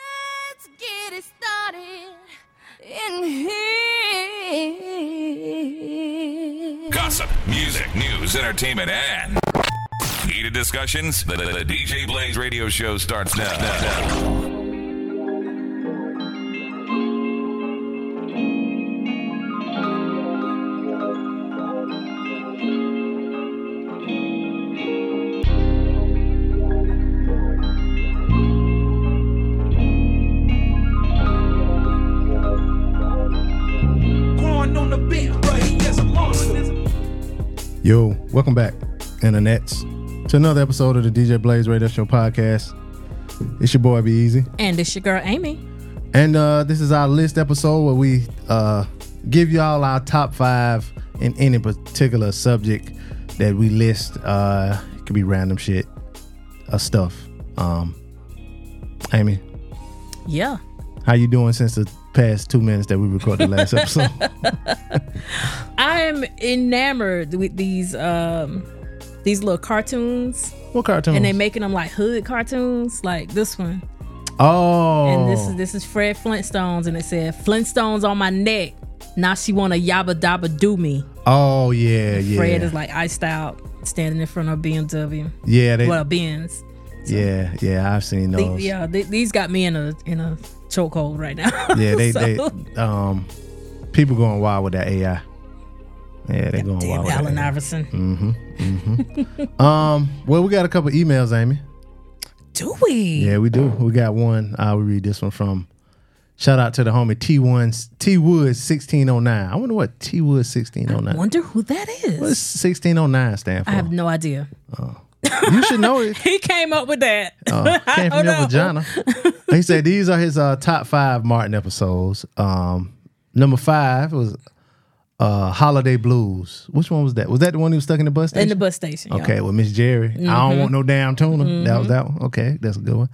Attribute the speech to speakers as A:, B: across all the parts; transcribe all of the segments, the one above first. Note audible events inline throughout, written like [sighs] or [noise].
A: Let's get it started in here.
B: Gossip, music, news, entertainment, and heated discussions. The, the- the DJ Blaze radio show starts now.
C: Going on the bit, but he is a monster.
D: Yo, welcome back, internets, to another episode of the DJ Blaze Radio Show podcast. It's your boy Be Easy,
E: And it's your girl Amy.
D: and uh, this is our list episode where we uh, give y'all our top five in any particular subject that we list. Uh, it could be random shit, uh, stuff. Um, Amy,
E: Yeah.
D: how you doing since the past two minutes that we recorded the
E: [laughs]
D: last episode?
E: I'm enamored with these um these little cartoons
D: what cartoon?
E: and they making them like hood cartoons like this one.
D: oh,
E: And this is this is Fred Flintstones and it said Flintstones on my neck. Now she wanna yabba dabba do me.
D: oh yeah, yeah,
E: Fred is like iced out standing in front of BMW.
D: yeah, they, Oh.
E: Well, Benz.
D: yeah, yeah. I've seen
E: The-
D: those.
E: yeah, th- these got me in a in a chokehold right now.
D: Yeah, they,
E: [laughs] So-
D: they um people going wild with that AI. Yeah, they going
E: Damn,
D: wild with
E: Allen
D: that. Mm.
E: Iverson.
D: Um, well, we got a couple emails, Amy.
E: Do we?
D: Yeah, we do. We got one. I will read this one from. Shout out to the homie T one T Wood sixteen oh nine. I wonder what T Wood sixteen oh nine.
E: Wonder who that is.
D: What's sixteen oh nine stand for?
E: I have no idea.
D: you should know it.
E: He came up with that. [laughs]
D: Uh, came from
E: don't
D: your
E: know. [laughs]
D: vagina. he said these are his uh, top five Martin episodes. Um, number five was uh, Holiday Blues. Which one was that? Was that the one who was stuck in the bus station?
E: in the bus Mm-hmm. station. y'all.
D: Okay, well, Miss Jerry, I don't want no damn tuna. That was that one. Okay, that's a good one.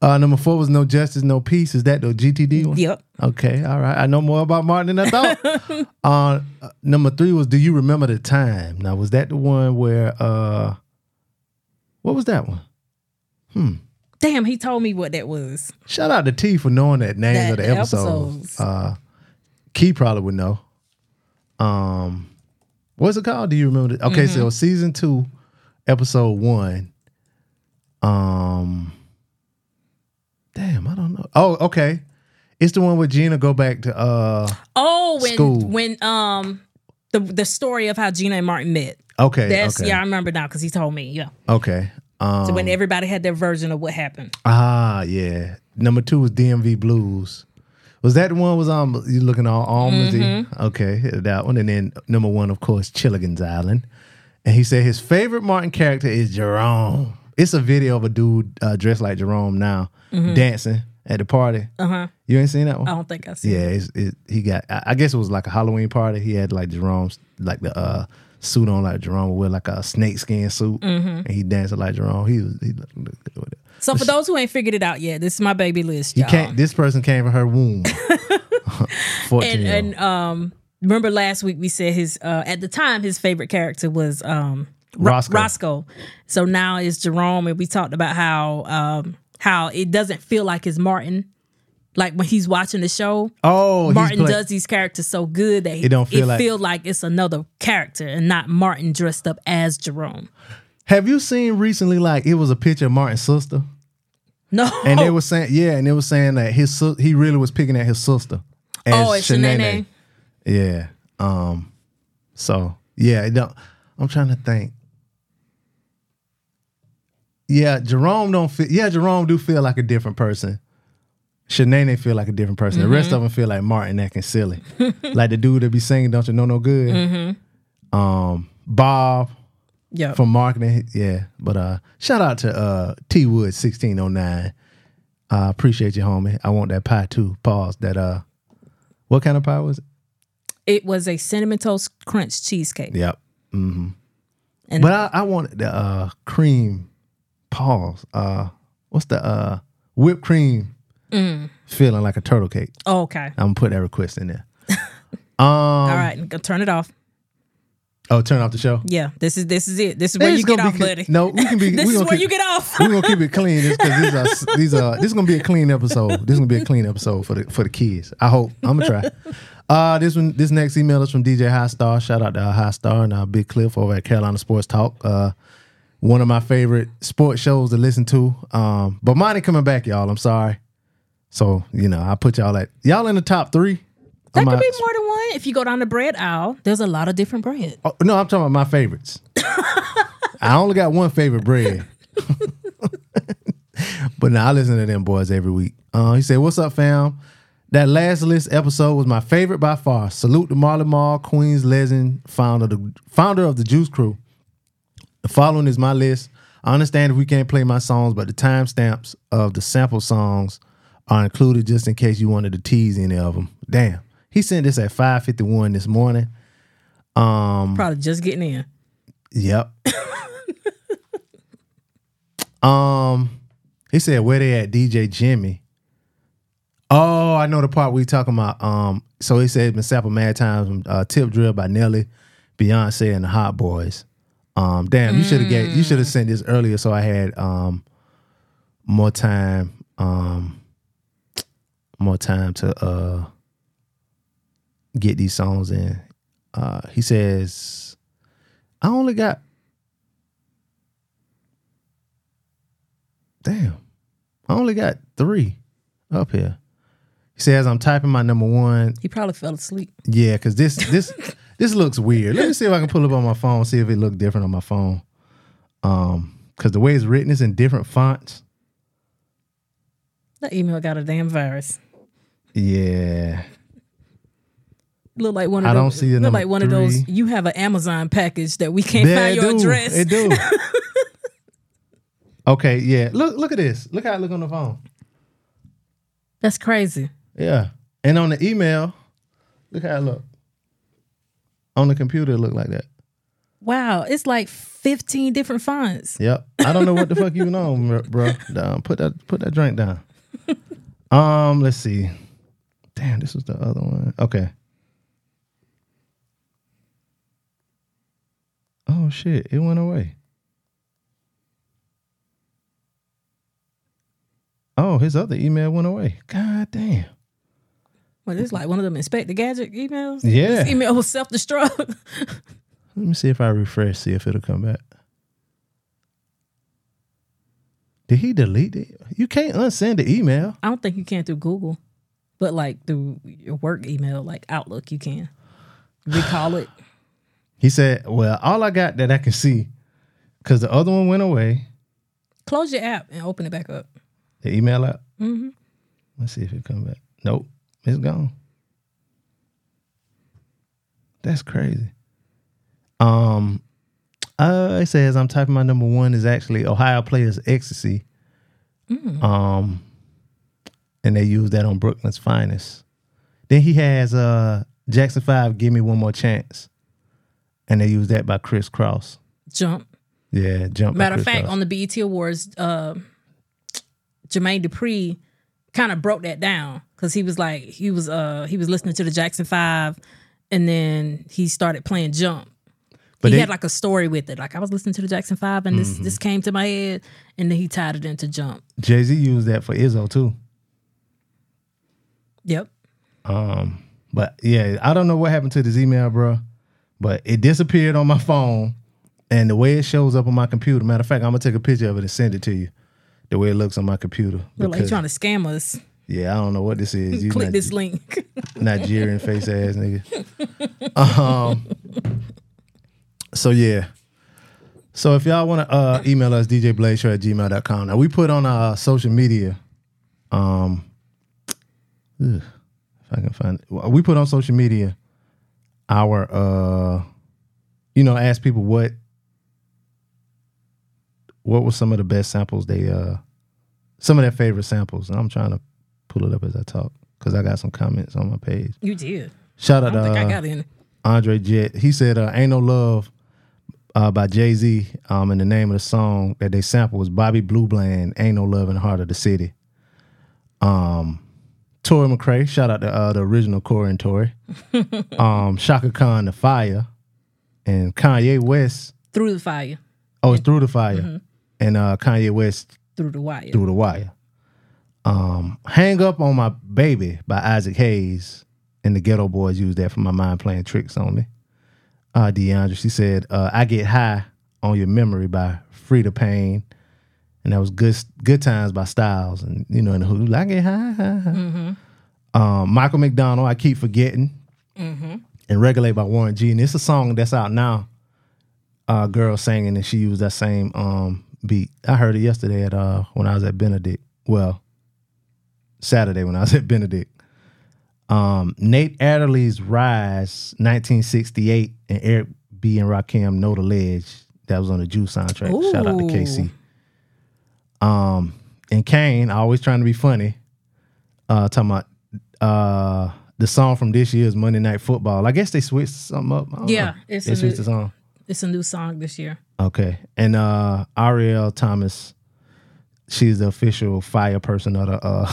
D: Uh, number four was No Justice, No Peace. Is that the GTD one?
E: Yep.
D: Okay, all right. I know more about Martin than I
E: [laughs]
D: thought. uh, number three was Do You Remember the Time? Now, was that the one where, uh, what was that one?
E: Damn, he told me what that was.
D: Shout out to T for knowing that names
E: That-
D: of the,
E: the
D: episodes.
E: episodes.
D: Uh, Key probably would know. Um, what's it called? Do you remember? The, okay,
E: Mm-hmm.
D: so season two, episode one. Um, damn, I don't know. Oh, okay, it's the one where Gina go back to. Uh,
E: Oh, when
D: School.
E: when um the the story of how Gina and Martin met.
D: okay,
E: That's
D: okay,
E: yeah, I remember now because he told me. Yeah.
D: okay. Um,
E: So when everybody had their version of what happened.
D: ah, yeah. Number two was DMV Blues. Was that the one was um you looking all almondsy? Okay, that one. And then number one, of course, Chilligan's Island. And he said his favorite Martin character is Jerome. It's a video of a dude uh, dressed like Jerome now dancing at the party. Uh huh. You ain't seen that one?
E: I don't think I see.
D: Yeah, it's, it, he got. I, I guess it was like a Halloween party. He had like Jerome's like the uh, suit on, like Jerome would wear like a snakeskin suit, and he dancing like Jerome. He was he looked good with it.
E: So for those who ain't figured it out yet, this is my baby list.
D: You
E: Y'all.
D: can't. This person came from her
E: [laughs]
D: womb. [laughs] Fourteen.
E: and
D: year old.
E: and um remember last week we said his uh at the time his favorite character was um Ro-
D: Roscoe.
E: Roscoe. So now it's Jerome and we talked about how um how it doesn't feel like it's Martin Like when he's watching the show,
D: Oh, he's
E: Martin
D: playing-
E: does these characters so good that
D: It don't feel like-
E: feel like it's another character and not Martin dressed up as Jerome. [laughs]
D: Have you seen recently? Like it was a picture of Martin's sister,
E: No,
D: and they were saying, yeah, and they were saying that his sis- he really was picking at his sister. As
E: oh, it's Shanae.
D: Yeah. Um. So yeah, it don't, I'm trying to think. Yeah, Jerome don't feel. Yeah, Jerome do feel like a different person. Shanae feel like a different person. The rest of them feel like Martin acting silly, [laughs] like the dude that be singing "Don't You Know No Good." Um, Bob
E: Yeah,
D: from marketing, yeah. But uh, shout out to uh T Wood sixteen oh nine. I appreciate you, homie. I want that pie too. Pause. That uh, what kind of pie was it?
E: it was a cinnamon toast crunch cheesecake.
D: Yep. Mm-hmm.
E: And
D: But I, I wanted the uh, cream. Pause. Uh, what's the uh, whipped cream
E: Mm.
D: feeling like a turtle cake?
E: oh, okay,
D: I'm gonna put that request in there. [laughs] Um,
E: all right, go turn it off.
D: Oh, turn off the show.
E: Yeah, this is this is it. This is where
D: It's
E: you get
D: gonna
E: off,
D: be
E: buddy.
D: clean. No, we can be.
E: [laughs] this
D: we
E: is
D: gonna
E: where
D: keep,
E: you get off.
D: We're gonna keep it clean because these are these are this is gonna be a clean episode. This is gonna be a clean episode for the for the kids. I hope. I'm gonna try. Uh, this one this next email is from DJ High Star. Shout out to our High Star and our Big Cliff over at Carolina Sports Talk. Uh, one of my favorite sports shows to listen to. Um, but mine ain't coming back, y'all. I'm sorry. So you know I put y'all at y'all in the top three.
E: That
D: I'm
E: could
D: out-
E: be more than one. If you go down the bread aisle, there's a lot of different bread.
D: Oh, no, I'm talking about my favorites. I only got one favorite bread. [laughs] but now I listen to them boys every week. Uh, he said, What's up, fam? That last list episode was my favorite by far. Salute to Marley Marl, Queens legend, founder of the founder of the Juice Crew. The following is my list. I understand if we can't play my songs, but the timestamps of the sample songs are included just in case you wanted to tease any of them. Damn. He sent this at 5:51 this morning. Mm.
E: Probably just getting in.
D: Yep. um, he said where they at DJ Jimmy. Oh, I know the part we talking about. Um, so he said been sampled mad times. from, Uh, Tip drill by Nelly, Beyonce, and the Hot Boys. Um, damn, you should have get you should have sent this earlier so I had um more time um more time to uh get these songs in. Uh, he says I only got. Damn. I only got three up here. He says I'm typing my number one.
E: He probably fell asleep.
D: Yeah, because this this [laughs] this looks weird. Let me see if I can pull up on my phone, see if it looked different on my phone. Um, because the way it's written is in different fonts.
E: That email got a damn virus.
D: Yeah.
E: Look like one of
D: I
E: those,
D: don't see the
E: look
D: number
E: like one of those.
D: three.
E: You have an Amazon package that we can't
D: Yeah,
E: find your
D: do.
E: address.
D: It
E: [laughs]
D: do. okay, yeah. Look look at this. Look how it look on the phone.
E: That's crazy.
D: Yeah. And on the email, look how it look. On the computer, it look like that.
E: Wow, it's like 15 different fonts.
D: Yep. I don't know what the fuck you on, bro- bro. Down. Put that put that drink down. Um, let's see. Damn, this was the other one. Okay. Oh shit, it went away. Oh, his other email went away. God damn.
E: Well, it's like one of them Inspector Gadget emails.
D: Yeah.
E: This email was self destruct.
D: Let me see if I refresh, see if it'll come back. Did he delete it? You can't unsend the email.
E: [laughs] I don't think you can through Google, but like through your work email, like Outlook, you can recall it.
D: He said, Well, all I got that I can see, because the other one went away,
E: Close your app and open it back up.
D: the email app. Mm-hmm. Let's see if it come back. Nope, it's gone. That's crazy. Um, uh, it says I'm typing my number one is actually Ohio Players Ecstasy.
E: Mm.
D: Um, and they use that on Brooklyn's Finest. Then he has uh Jackson Five, Give Me One More Chance, and they use that by Chris Cross.
E: Jump.
D: Yeah, jump. by
E: Matter of
D: Chris
E: fact,
D: Cross.
E: on the BET Awards, uh, Jermaine Dupri kind of broke that down because he was like he was uh he was listening to the Jackson Five, and then he started playing Jump.
D: But Mm-hmm.
E: he
D: they-
E: had like a story with it. Like I was listening to the Jackson Five, and this this came to my head, and then he tied it into Jump.
D: Jay Z used that for Izzo too.
E: Yep.
D: But yeah, I don't know what happened to this email, bro. But it disappeared on my phone, and the way it shows up on my computer. Matter of fact, I'm gonna take a picture of it and send it to you. The way it looks on my computer.
E: Look like you
D: because-
E: trying to scam us.
D: yeah, I don't know what this is. You
E: [laughs] Click
D: Ni-
E: this link.
D: Nigerian face ass nigga. Um. So yeah. So if y'all want to uh, email us, djbladeshow at gmail.com. Now, we put on our social media. Um, ugh, if I can find it. We put on social media our, uh, you know, ask people what what were some of the best samples they, uh, some of their favorite samples. And I'm trying to pull it up as I talk because I got some comments on my page.
E: you did.
D: Shout
E: I
D: out
E: don't think
D: to
E: I
D: uh,
E: got in.
D: Andre Jet. He said, uh, "Ain't no love." Uh, by Jay Z, um, and the name of the song that they sampled was Bobby Blue Bland, "Ain't No Love in the Heart of the City." Um, Tori McRae, shout out to uh, the original Corey and
E: [laughs]
D: Tori, um, Shaka Khan, The Fire, and Kanye West.
E: Through the fire.
D: Oh, it's Through the Fire,
E: Mm-hmm.
D: and uh, Kanye West
E: Through the wire.
D: through the wire. Um, Hang Up on My Baby by Isaac Hayes. And the Ghetto Boys used that for my mind playing tricks on me. Uh, DeAndre, she said, uh, I Get High on Your Memory by Frida Payne. And that was Good good Times by Styles. And, you know, in the hood, I Get High. high, high. Um, Michael McDonald, I Keep Forgetting. And Regulate by Warren G. And it's a song that's out now. Uh, girl singing and she used that same um beat. I heard it yesterday at uh when I was at Benedict. Well, Saturday when I was [laughs] at Benedict. Um, Nate Adderley's Rise, 1968, and Eric B. and Rakim Know the Ledge. That was on the Juice soundtrack. Shout out to
E: Ooh.
D: KC. Um, and Kane, always trying to be funny. Uh, talking about uh the song from this year's Monday Night Football. I guess they switched something up. I don't
E: Yeah,
D: know.
E: it's
D: they
E: a
D: switched
E: new-
D: the song.
E: It's a new song this year.
D: Okay. And uh Ariel Thomas, she's the official fire person of the uh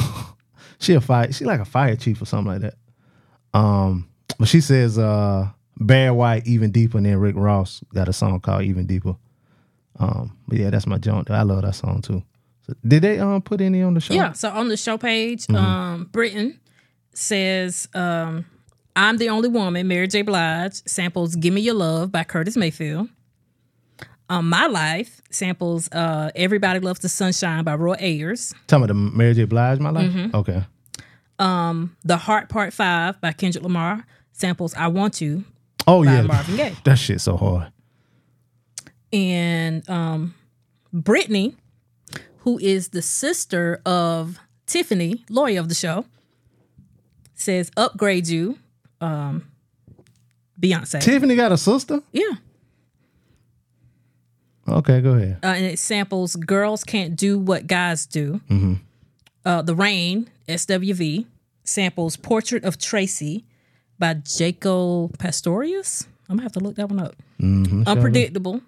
D: [laughs] she a fire she like a fire chief or something like that. Um but she says uh Barry White even deeper and then Rick Ross got a song called Even Deeper. Um but yeah, that's my joint. I love that song too. So, did they um put any on the show?
E: Yeah. So on the show page, um, Britain says, um, I'm the only woman, Mary J. Blige, samples Gimme Your Love by Curtis Mayfield. Um, My Life samples uh, Everybody Loves the Sunshine by Roy Ayers.
D: Talking about the Mary J. Blige, my life?
E: Mm-hmm.
D: Okay.
E: The Heart Part 5 by Kendrick Lamar samples I Want You
D: Oh
E: by
D: yeah.
E: Marvin Gaye.
D: That shit so hard.
E: and um, Brittany, who is the sister of Tiffany, lawyer of the show, says upgrade you, um, Beyonce.
D: Tiffany got a sister?
E: yeah,
D: Okay, go ahead.
E: uh, and it samples girls can't do what guys do. Uh, the rain, SWV, samples portrait of Tracy by Jaco Pastorius. I'm gonna have to look that one up. Unpredictable,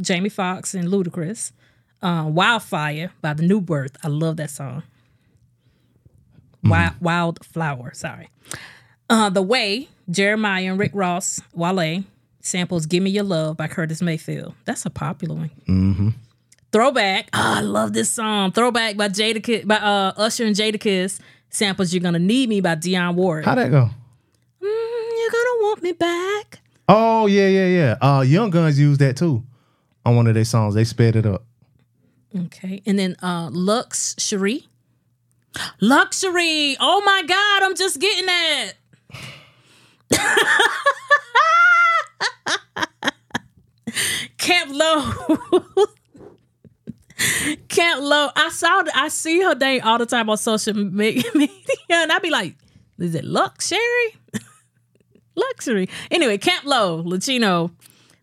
E: Jamie Foxx and Ludacris. Uh, Wildfire by The New Birth. I love that song. Wild, Wildflower, sorry. Uh, the Way, Jeremiah and Rick Ross, Wale, samples Give Me Your Love by Curtis Mayfield. That's a popular one. Throwback. Oh, I love this song. Throwback by Jada by uh, Usher and Jadakiss. Samples You're Gonna Need Me by Dionne Warwick.
D: How'd that go?
E: Mm, You're gonna want me back.
D: Oh yeah, yeah, yeah. Uh, Young Guns used that too on one of their songs. They sped it up.
E: Okay. And then uh Lux Cherie. Luxury. Oh my God, I'm just getting that. [laughs] Camp Low. [laughs] Camp Low. I saw th- I see her name all the time on social me- [laughs] media. And I'd be like, is it luxury? [laughs] Luxury. Anyway, Camp Low, Lucino,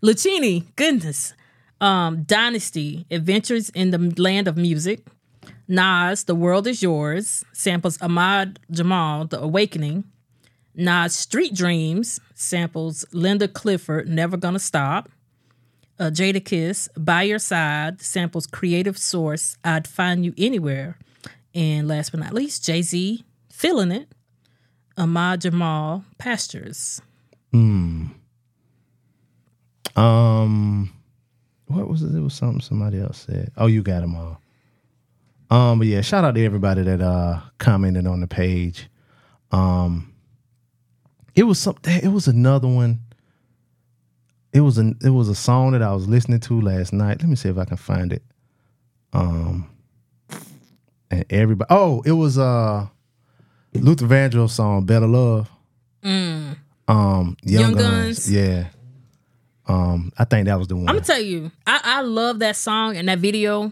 E: Lucini, goodness. Um, Dynasty, Adventures in the Land of Music. Nas, The World Is Yours, samples Ahmad Jamal, The Awakening. Nas Street Dreams, samples Linda Clifford, Never Gonna Stop. Uh, Jada Kiss, By Your Side, samples Creative Source, I'd Find You Anywhere. And last but not least, Jay Z, Feeling It, Ahmad Jamal, Pastures.
D: Um, what was it? It was something somebody else said. Oh, you got them all. Um, but yeah, shout out to everybody that uh commented on the page. it was something it was another one it was an it was a song that i was listening to last night let me see if i can find it um and everybody oh it was uh luther vandross song better love um young,
E: Mm. Young
D: guns.
E: Guns.
D: yeah um i think that was the one
E: I'm gonna tell you, I, I love that song and that video.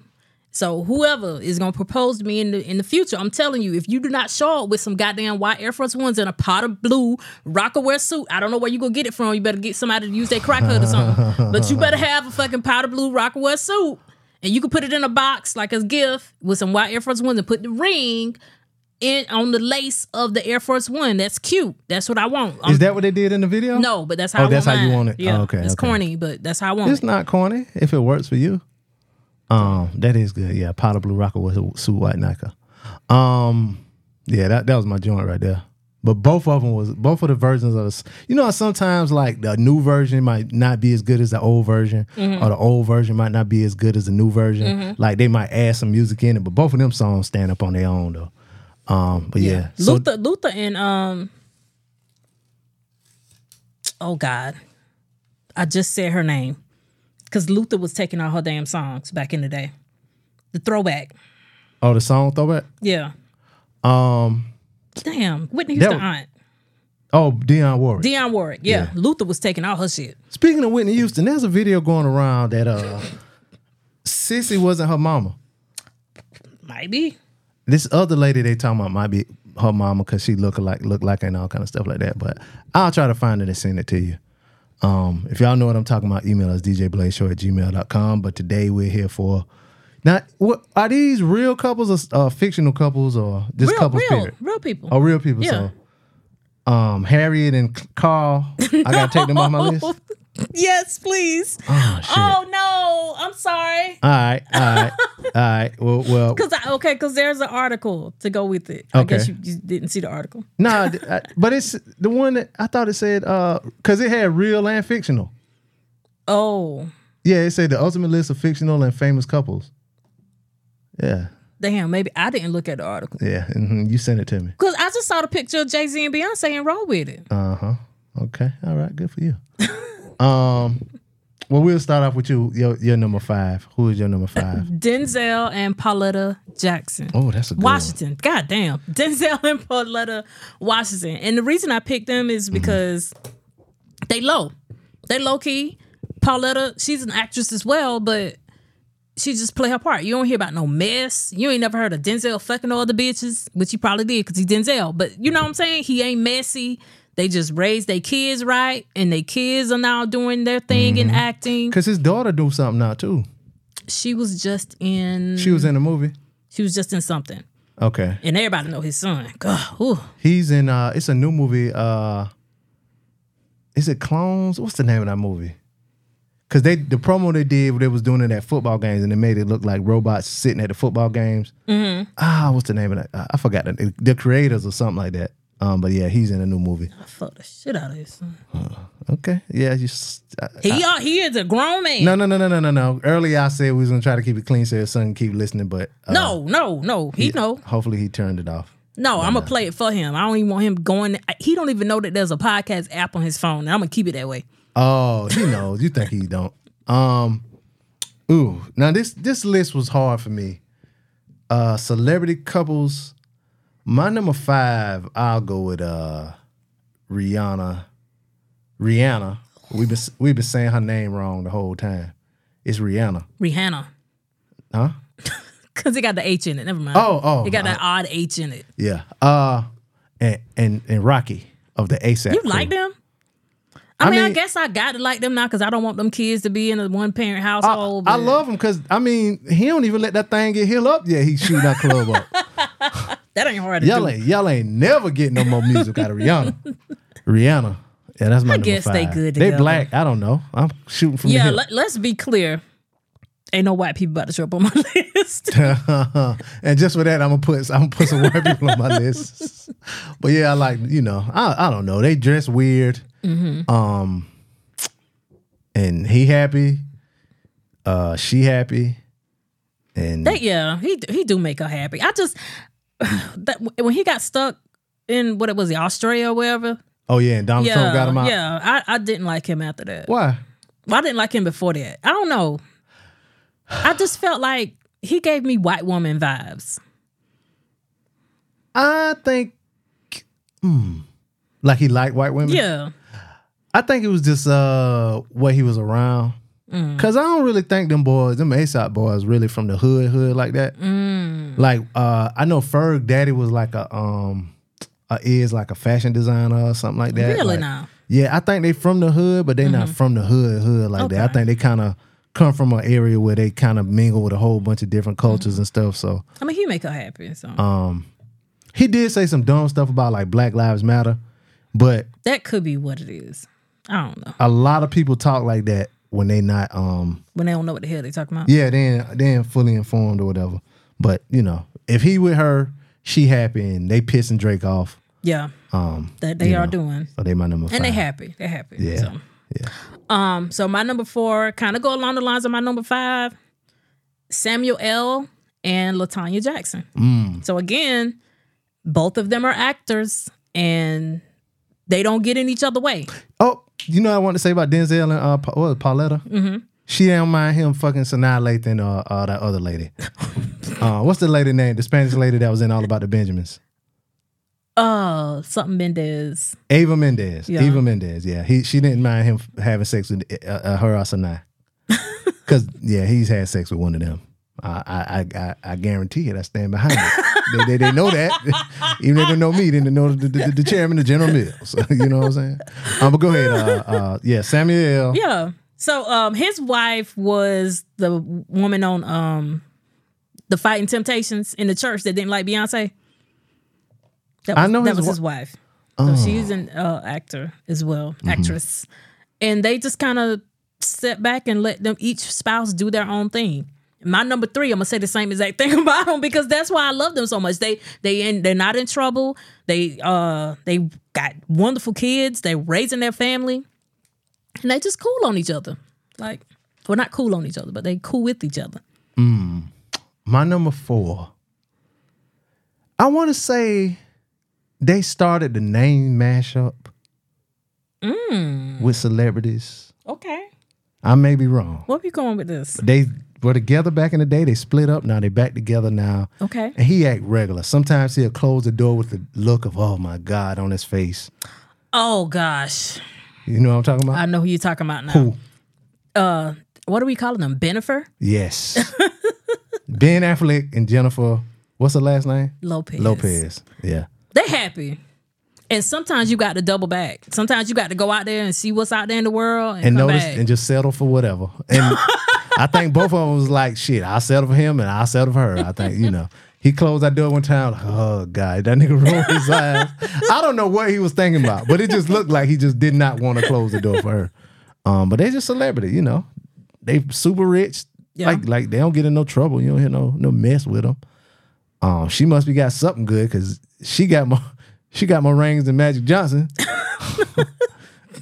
E: So whoever is gonna propose to me in the in the future, I'm telling you, if you do not show up with some goddamn white Air Force Ones and a pot of blue rockaware suit, I don't know where you gonna get it from. You better get somebody to use their crack hood
D: [laughs]
E: or something. but you better have a fucking powder blue rockaware suit, and you can put it in a box like a gift with some white Air Force Ones and put the ring in on the lace of the Air Force One. That's cute. That's what I want. I'm-
D: is that what they did in the video
E: no, but that's how.
D: Oh,
E: I
D: that's
E: want
D: how you
E: mine.
D: want it.
E: Yeah,
D: Oh, okay,
E: it's
D: okay.
E: corny, but that's how I want it.
D: it's not corny if it works for you um that is good yeah powder blue rocker with a suit white nike Um, yeah, that that was my joint right there. But both of them was both of the versions of us. You know, how sometimes like the new version might not be as good as the old version,
E: Mm-hmm.
D: or the old version might not be as good as the new version. Like they might add some music in it, but both of them songs stand up on their own though. Um, but yeah, so
E: Luther Luther and um Oh God. I just said her name. Cause Luther was taking all her damn songs back in the day. The throwback.
D: oh, the song throwback.
E: Yeah.
D: Um,
E: Damn. Whitney Houston
D: That-
E: aunt.
D: oh, Dion Warwick.
E: Dionne Warwick. Yeah. Luther was taking all her shit.
D: Speaking of Whitney Houston, there's a video going around that uh, Sissy wasn't her mama.
E: Maybe.
D: this other lady they talking about might be her mama because she look like look like and all kind of stuff like that. But I'll try to find it and send it to you. Um, if y'all know what I'm talking about, email us djbladeshow at gmail.com. But today we're here for now. What are these real couples or uh, fictional couples or just
E: Real
D: couples?
E: real
D: Period?
E: real people.
D: Oh, real people.
E: Yeah.
D: So, um, Harriet and C- Carl. I gotta take them off my list.
E: [laughs]
D: Oh
E: yes, please.
D: shit.
E: Oh no. I'm sorry.
D: All right, all right, all right. Well, well,
E: Cause I okay, cause there's an article to go with it. I
D: Okay.
E: guess you, you didn't see the article.
D: Nah, th- I- but it's the one that I thought it said uh because it had real and fictional.
E: Oh.
D: Yeah, it said the ultimate list of fictional and famous couples. Yeah,
E: Damn, maybe I didn't look at the article.
D: yeah. hmm You sent it to me.
E: Cause I just saw the picture of Jay Z and Beyonce and roll with it.
D: Uh huh. Okay. All right. Good for you. um. Well, we'll start off with you. Your your number five. Who is your number five?
E: [laughs] Denzel and Pauletta Jackson.
D: Oh, that's a good one.
E: Washington. God damn. [laughs] Denzel and Pauletta Washington. And the reason I picked them is because they low. They low key. Pauletta, she's an actress as well, but she just play her part. You don't hear about no mess. You ain't never heard of Denzel fucking all the bitches, which he probably did because he Denzel. But you know what I'm saying? He ain't messy. They just raise their kids right, and their kids are now doing their thing and acting.
D: Cause his daughter do something now too.
E: She was just in.
D: She was in the movie.
E: She was just in something,
D: Okay.
E: and everybody know his son. God, ooh.
D: He's in. uh It's a new movie. uh Is it Clones? What's the name of that movie? Cause they the promo they did they was doing it at football games and they made it look like robots sitting at the football games.
E: Mm-hmm.
D: Ah, what's the name of that? I- I forgot the, the creators or something like that. Um, but yeah, he's in a new movie.
E: I fucked the shit out of his son.
D: Okay, yeah, you. s- I-
E: He are he is a grown man.
D: no, no, no, no, no, no, no. Earlier I said we was gonna try to keep it clean so his son can keep listening, but uh,
E: no, no, no. He know.
D: Hopefully he turned it off.
E: No, I'm gonna play it for him. I don't even want him going. He don't even know that there's a podcast app on his phone. And I'm gonna keep it that way.
D: Oh, he knows. you think he don't? Um, ooh. Now this this list was hard for me. Uh, celebrity couples. My number five, I'll go with uh, Rihanna. Rihanna. We've been we've been saying her name wrong the whole time. It's Rihanna,
E: Rihanna,
D: huh?
E: because it got the H in it. Never mind.
D: Oh, oh,
E: it got that odd H in it.
D: yeah. Uh, and and and Rocky of the ASAP.
E: You like them? I, mean, I
D: mean-
E: guess I got to like them now because I don't want them kids to be in a one parent
D: I,
E: household.
D: I
E: but-
D: love him because I mean he don't even let that thing get healed up yet. He shooting that club up.
E: that. Ain't hard to
D: Y'all
E: do.
D: ain't y'all ain't never get no more music out of
E: [laughs]
D: Rihanna. Rihanna. Yeah, that's my I
E: guess they good
D: They
E: together.
D: black. I don't know. I'm shooting from [laughs]
E: Yeah,
D: the hip.
E: let, let's be clear. Ain't no white people about to show up on my [laughs] list.
D: and just for that, I'm gonna put I'm gonna put some white people on my list. [laughs] But yeah, I like you know I I don't know. They dress weird.
E: Mm-hmm.
D: Um, and he happy. Uh, she happy. And
E: [sighs] That- yeah, he do- he do make her happy. I just that when he got stuck in what it was, Australia or wherever.
D: Oh yeah, and Donald Trump got him out.
E: yeah. I, I didn't like him after that.
D: Why?
E: Well, I didn't like him before that. I don't know. I just felt like he gave me white woman vibes.
D: I think, hmm, like he liked white women.
E: Yeah.
D: I think it was just uh what he was around.
E: Mm.
D: Cause I don't really think them boys, them ASAP boys, really from the hood, hood like that.
E: Mm.
D: Like uh, I know Ferg Daddy was like a um, a, is like a fashion designer or something like that.
E: Really
D: Like,
E: now? Mm-hmm.
D: Yeah, I think they from the hood, but they not from the hood, hood like that. I think they kind of come from an area where they kind of mingle with a whole bunch of
E: Mm-hmm.
D: different cultures and stuff. So
E: I mean, he make her happy. So
D: Um, he did say some dumb stuff about like Black Lives Matter, but
E: that could be what it is. I don't know.
D: a lot of people talk like that when they not um
E: When they don't know what the hell they talking about.
D: Yeah, they ain't, they ain't fully informed or whatever. But you know, if he with her, she happy and they pissing Drake off.
E: Yeah.
D: Um,
E: That they
D: you
E: are
D: know,
E: doing.
D: So they my number five.
E: And they happy. They're happy.
D: Yeah,
E: So.
D: yeah.
E: Um, so my number four kind of go along the lines of my number five, Samuel L. and Latanya Jackson.
D: Mm.
E: So again, both of them are actors and they don't get in each other way.
D: Oh, you know what I want to say about Denzel and uh, Pa- what was it, Pauletta? Mm-hmm. She don't mind him fucking Sanaa Lathan or uh, that other
E: [laughs]
D: lady. uh, what's the lady name? The Spanish lady that was in All About the Benjamins.
E: Uh, something Mendez.
D: Ava Mendez.
E: Yeah.
D: Ava Mendez. Yeah, he she didn't mind him f- having sex with uh, uh, her or
E: [laughs]
D: Sanaa. Cause yeah, he's had sex with one of them. I I I, I I guarantee it. I stand behind
E: [laughs]
D: it. they, they they know that. [laughs] Even if they don't know me, then they know the, the, the chairman of General Mills. [laughs] you know what I'm saying? Um, but go ahead. Uh, uh, yeah, Samuel.
E: Yeah. So um his wife was the woman on um the fighting temptations in the church that didn't like Beyonce. That was,
D: I know
E: that
D: his Oh.
E: was
D: wi-
E: his wife. So she's an uh, actor as well,
D: Mm-hmm.
E: actress. And they just kind of sit back and let them each spouse do their own thing. My number three, I'm gonna say the same exact thing [laughs] about them because that's why I love them so much. They they in, they're not in trouble. They uh they got wonderful kids. They're raising their family and they just cool on each other. Like, well, not cool on each other, but they cool with each other.
D: My number four. I want to say they started the name mashup
E: Mm.
D: with celebrities.
E: Okay,
D: I may be wrong.
E: where we going with this?
D: they were together back in the day. They split up. Now they back together now.
E: Okay,
D: And he act regular. Sometimes he'll close the door with the look of oh my god on his face.
E: oh gosh,
D: You know what I'm talking about?
E: I know who you're talking about now.
D: Who?
E: Uh, what are we calling them? Benifer [laughs]
D: Yes. ben Affleck and Jennifer. What's her last name?
E: Lopez.
D: Lopez. Yeah.
E: They happy. And sometimes you got to double back. Sometimes you got to go out there and see what's out there in the world and,
D: And
E: come
D: notice
E: back.
D: and just settle for whatever. And I think both of them was like, shit, I'll settle for him and I'll settle for her. I think, you know. He closed that door one time. like, Oh God, that nigga [laughs] rolled his eyes. I don't know what he was thinking about, but it just looked like he just did not want to close the door for her. Um, but they just celebrity, you know. They super rich.
E: Yeah.
D: Like like they don't get in no trouble. You don't hear no no mess with them. Um, she must be got something good because she got more [laughs] she got more rings than Magic Johnson. [laughs]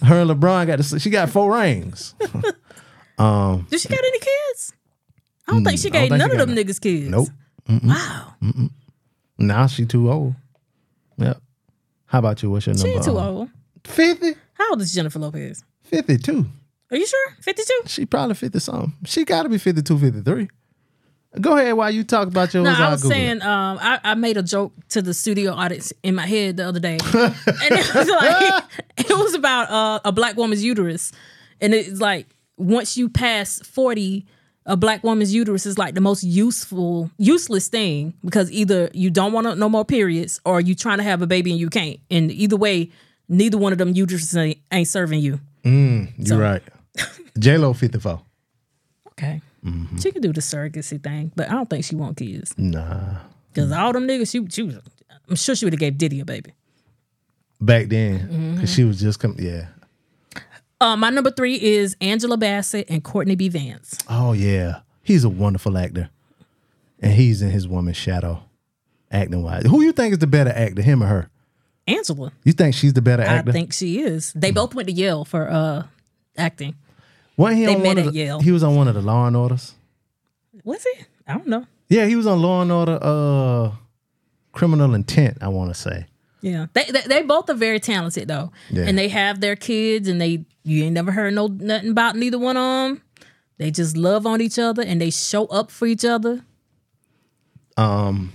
D: her and LeBron got the, she got four rings.
E: Did she got any kids? I don't think
D: Mm,
E: she
D: I don't
E: gave
D: think
E: none
D: she
E: of
D: got
E: them
D: none.
E: niggas kids.
D: Nope.
E: Wow.
D: Now she too old. Yep. How about you? What's your
E: She
D: number?
E: ain't too old.
D: 50?
E: How old is Jennifer Lopez?
D: 52.
E: Are you sure? 52?
D: She probably 50 something. She gotta be 52, 53. Go ahead while you talk about yours.
E: No,
D: I'll
E: I was
D: Google it.
E: saying, um, I, I made a joke to the studio audience in my head the other day, and it was like [laughs] it was about uh, a black woman's uterus, and it's like once you pass forty, a black woman's uterus is like the most useful, useless thing because either you don't want to no more periods, or you trying to have a baby and you can't, and either way, neither one of them uteruses ain't, ain't serving you.
D: You're right. J Lo 54.
E: Okay, she can do the surrogacy thing, but I don't think she want kids
D: Nah.
E: because all them niggas, she, she was, I'm sure she would have gave Diddy a baby.
D: Back then.
E: Mm-hmm.
D: Cause she was just coming. Yeah.
E: Uh, my number three is Angela Bassett and Courtney B. Vance.
D: Oh yeah. He's a wonderful actor. And he's in his woman's shadow. Acting wise. Who you think is the better actor? Him or her?
E: Angela,
D: You think she's the better actor?
E: I think she is. They both went to Yale for uh, acting.
D: Wasn't he
E: They
D: on
E: met
D: one of
E: at
D: the-
E: Yale.
D: He was on one of the Law and Orders.
E: Was it? I don't know.
D: Yeah, he was on Law and Order, uh, Criminal Intent. I want to say
E: Yeah, they, they they both are very talented though,
D: Yeah.
E: and they have their kids, and they you ain't never heard no nothing about neither one of them. They just love on each other, and they show up for each other.
D: Um,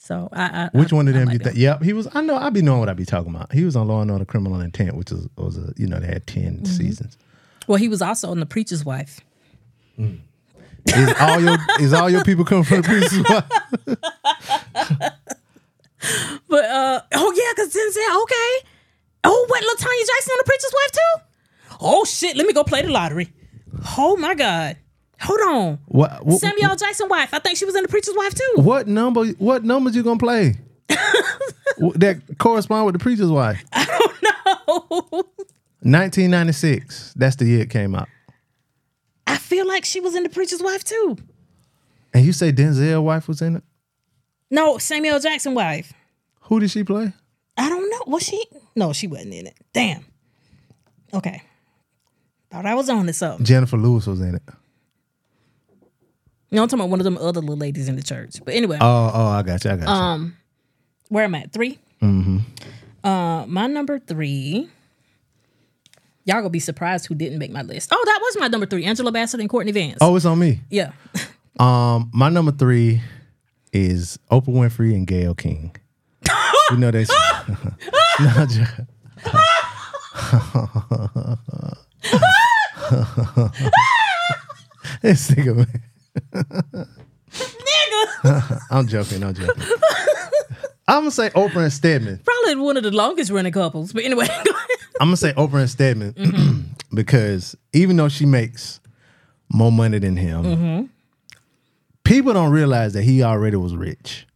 E: So I, I
D: which
E: I-
D: one of
E: I
D: them
E: like
D: you think? Yep, he was. I know. I be knowing what I be talking about. He was on Law and Order: Criminal Intent, which is, was a you know they had
E: Mm-hmm.
D: 10 seasons.
E: Well, he was also on the preacher's wife.
D: Is all your is all your people come from the
E: [laughs]
D: priest's
E: But uh oh yeah, because Denzel, okay. Oh, what Latanya Jackson on the preacher's wife too? Oh shit, let me go play the lottery. Oh my God. Hold on.
D: What what,
E: Samuel L. Jackson wife. I think she was in the preacher's wife too.
D: what number? What numbers you gonna play? Wh- that correspond with the preacher's wife. Nineteen ninety six. That's the year it came out.
E: I feel like she was in the preacher's wife too.
D: And you say Denzel wife was in it.
E: No, Samuel L. Jackson wife.
D: Who did she play?
E: I don't know. Was she? No, she wasn't in it. Damn. Okay. Thought I was on this up.
D: Jennifer Lewis was in it.
E: No, I'm talking about one of them other little ladies in the church. But anyway.
D: Oh, oh, I got you. I got you.
E: where am I at? 3
D: mm-hmm.
E: Uh, my number three. Y'all gonna be surprised who didn't make my list. Oh, that was my number three: Angela Bassett and Courtney Vance.
D: oh, it's on me.
E: yeah. [laughs]
D: Um, my number three is Oprah Winfrey and Gail King. you know they. [laughs] No, j- [laughs] this nigga, man. [laughs] I'm joking. I'm joking. I'm gonna say Oprah and Stedman.
E: Probably one of the longest running couples. But anyway, [laughs] go ahead.
D: I'm gonna say Oprah and Stedman [clears throat] because even though she makes more money than him, people don't realize that he already was rich.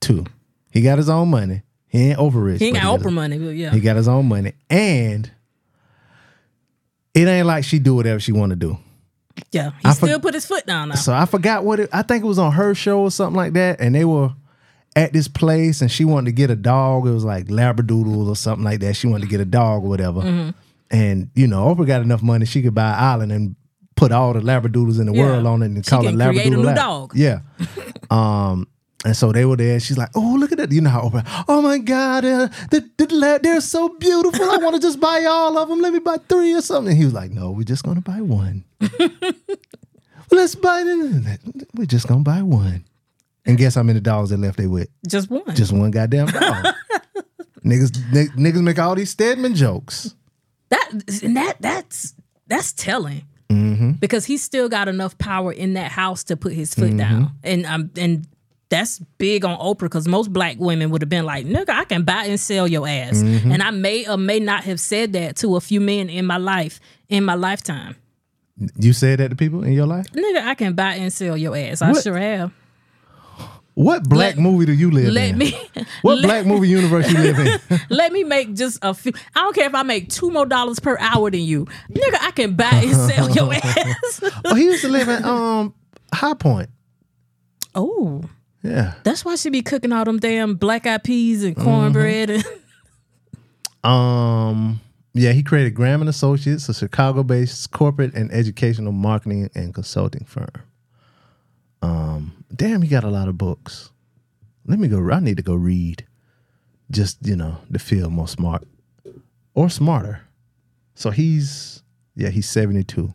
D: Too, he got his own money. He ain't over rich.
E: he ain't
D: but
E: got
D: got his-
E: Oprah money, but yeah.
D: He got his own money, and it ain't like she do whatever she want to do.
E: yeah. He
D: I for-
E: still put his foot down now.
D: So I forgot what it. I think it was on her show or something like that, and they were at this place, and she wanted to get a dog. It was like labradoodles or something like that. She wanted to get a dog or whatever.
E: Mm-hmm.
D: And you know, Oprah got enough money she could buy an island and put all the labradoodles in the
E: Yeah.
D: world on it and
E: She
D: call it
E: can
D: labradoodle.
E: create a new
D: Lab.
E: dog.
D: Yeah. um. And so they were there. She's like, "Oh, look at that! You know how Oprah? Oh my God, uh, the, the lab, they're so beautiful. I want to just buy all of them. Let me buy three or something." And he was like, "No, we're just gonna buy
E: [laughs]
D: one." Let's buy it. We're just gonna buy one. And guess how many dogs they left they with?
E: just one.
D: Just one goddamn
E: [laughs]
D: dog. niggas, n- niggas make all these Stedman jokes.
E: that and that that's that's telling. Because he still got enough power in that house to put his foot down, and um, and that's big on Oprah because most black women would have been like, "Nigga, I can buy and sell your ass," and I may or may not have said that to a few men in my life in my lifetime.
D: You said that to people in your life?
E: Nigga, I can buy and sell your ass. I
D: What?
E: sure have.
D: What black
E: Let-
D: movie do you live
E: Let
D: in?
E: me [laughs]
D: what
E: let-
D: black movie universe you live
E: [laughs]
D: in?
E: let me make just a few. I don't care if I make two more dollars per hour than you, nigga. I can buy and sell your ass. [laughs]
D: oh, he used to live in um High Point.
E: oh.
D: Yeah.
E: That's why she be cooking all them damn black eyed peas and cornbread.
D: Mm-hmm.
E: And
D: Um. Yeah, he created Graham and Associates, a Chicago-based corporate and educational marketing and consulting firm. Um. Damn, he got a lot of books. Let me go. I need to go read. Just you know, to feel more smart or smarter. So he's yeah, he's seventy-two.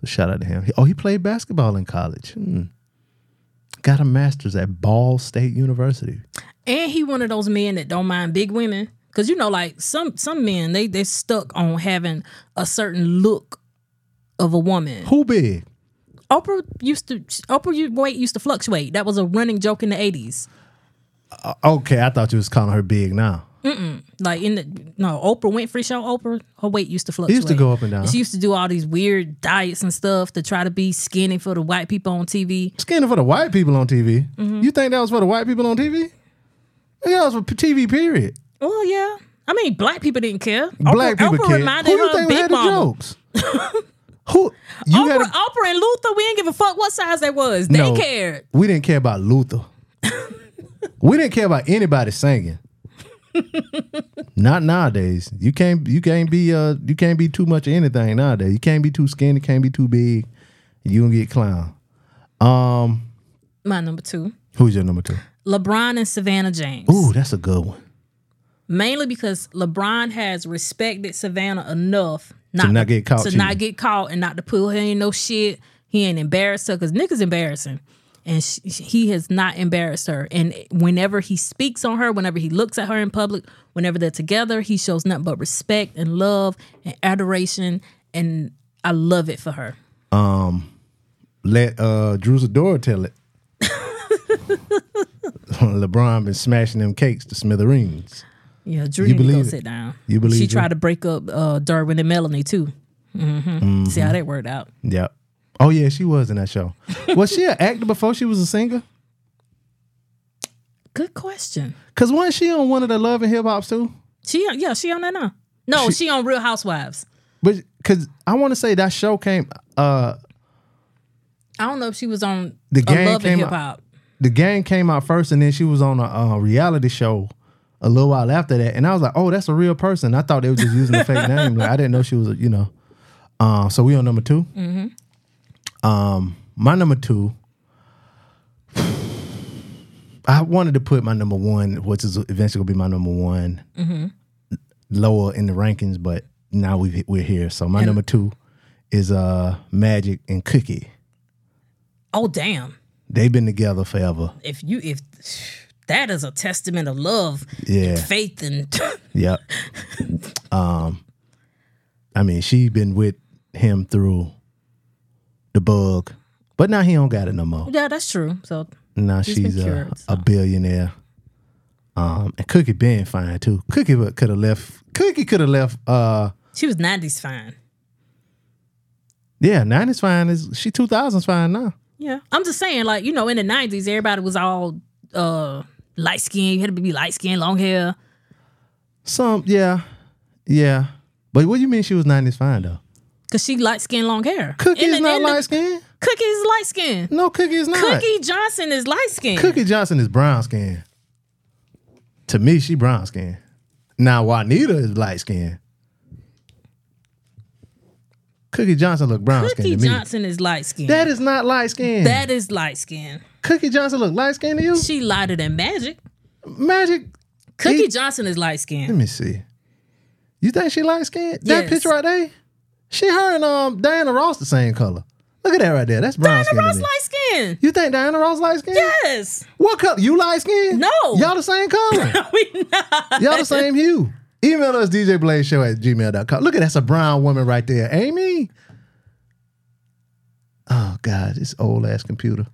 D: So shout out to him. He- Oh, he played basketball in college. Hmm. Got a master's at Ball State University.
E: and he one of those men that don't mind big women. Cause you know, like some some men, they they stuck on having a certain look of a woman.
D: Who big?
E: Oprah used to Oprah u- weight used to fluctuate. That was a running joke in the eighties.
D: Okay, I thought you was calling her big now.
E: Like in the no Oprah Winfrey show, Oprah her weight used to fluctuate.
D: used to go up and down.
E: She used to do all these weird diets and stuff to try to be skinny for the white people on TV.
D: skinning for the white people on TV.
E: Mm-hmm.
D: You think that was for the white people on TV? Yeah, that was for TV. Period.
E: Well, yeah. I mean, black people didn't care.
D: Black
E: Oprah,
D: people
E: Oprah
D: care.
E: reminded
D: Who
E: her
D: you
E: of
D: think
E: Big
D: had
E: Mama.
D: the
E: [laughs]
D: jokes? Who you
E: Oprah,
D: gotta-
E: Oprah and Luther, we didn't give a fuck what size they was. They
D: No,
E: cared.
D: We didn't care about
E: [laughs]
D: Luther. we didn't care about anybody singing. Not nowadays. You can't. You can't be. Uh, you can't be too much of anything nowadays. You can't be too skinny. Can't be too big. You gonna get clown. Um,
E: My number two,
D: who's your number two?
E: LeBron and Savannah James.
D: Ooh, that's a good one.
E: mainly because LeBron has respected Savannah enough not
D: not get caught
E: to
D: cheating.
E: not get caught and not to pull her in no shit. He ain't embarrassed her because niggas embarrassing, and sh he has not embarrassed her. And whenever he speaks on her, whenever he looks at her in public, whenever they're together, he shows nothing but respect and love and adoration, and I love it for her.
D: Let uh Drew's Adora tell it. [laughs] LeBron been smashing them cakes to smithereens.
E: Yeah, Drew
D: You
E: need to go
D: believe it?
E: sit down.
D: You believe
E: she
D: it?
E: tried to break up uh, Darwin and Melanie too. hmm
D: Mm-hmm.
E: See how that worked out.
D: Yep. Oh yeah, she was in that show. was she an actor before she was a singer?
E: Good question.
D: Cause wasn't she on one of the Love and Hip Hops too?
E: She on- yeah, she on that now. No, she, on Real Housewives.
D: But cause I want to say that show came. Uh,
E: I don't know if she was on
D: The
E: the
D: Game
E: Love
D: came
E: and
D: out-
E: Hip Hop.
D: the game came out first, and then she was on a uh, reality show a little while after that. And I was like, oh, that's a real person. I thought they were just using a fake name. Like I didn't know she was, a, you know. Um, so we on number 2 Mm-hmm. Um, my number two. [sighs] I wanted to put my number one, which is eventually gonna be my number one, lower in the rankings, but now we we're here. So my number two is uh Magic and Cookie.
E: Oh damn!
D: They've been together forever.
E: If you if that is a testament of love,
D: Yeah.
E: faith, and [laughs]
D: Yep. um, I mean, she been with him through the bug, but now he don't got it no more.
E: yeah, that's true. So
D: Now
E: been
D: she's a,
E: cured,
D: a billionaire. Um, and Cookie been fine too. Cookie could have left. Cookie could have left. Uh,
E: she was nineties fine.
D: yeah, nineties fine is she two thousands fine now.
E: Yeah, I'm just saying, like you know, in the nineties, everybody was all uh light skinned You had to be light skinned long hair.
D: Some yeah, yeah. But what do you mean she was nineties fine though?
E: Cause she light skin, long hair.
D: Cookie
E: In
D: is
E: the-
D: not
E: in the-
D: light skin.
E: Cookie is light skin.
D: No, Cookie is not.
E: Cookie Johnson is light skin.
D: Cookie Johnson is brown skin. To me, she brown skin. Now Juanita is light skin. Cookie Johnson look brown
E: Cookie
D: skin to me.
E: Johnson is light skin.
D: That is not light skin.
E: that is light skin.
D: Cookie Johnson look light skin to you?
E: She lighter than Magic.
D: Magic.
E: Cookie
D: He-
E: Johnson is light
D: Let
E: skin.
D: me see. You think she light skin? That
E: Yes.
D: picture right there. She her and um Diana Ross the same color. Look at that right there. That's brown skin.
E: Diana Ross
D: to me.
E: light skin.
D: you think Diana Ross light skin?
E: Yes. [laughs]
D: What color? You light skin?
E: No.
D: Y'all the same color.
E: [laughs] We not.
D: Y'all the same hue. Email us djblazeshow at gmail.com. Look at that's a brown woman right there. Amy. Oh God, this old ass computer.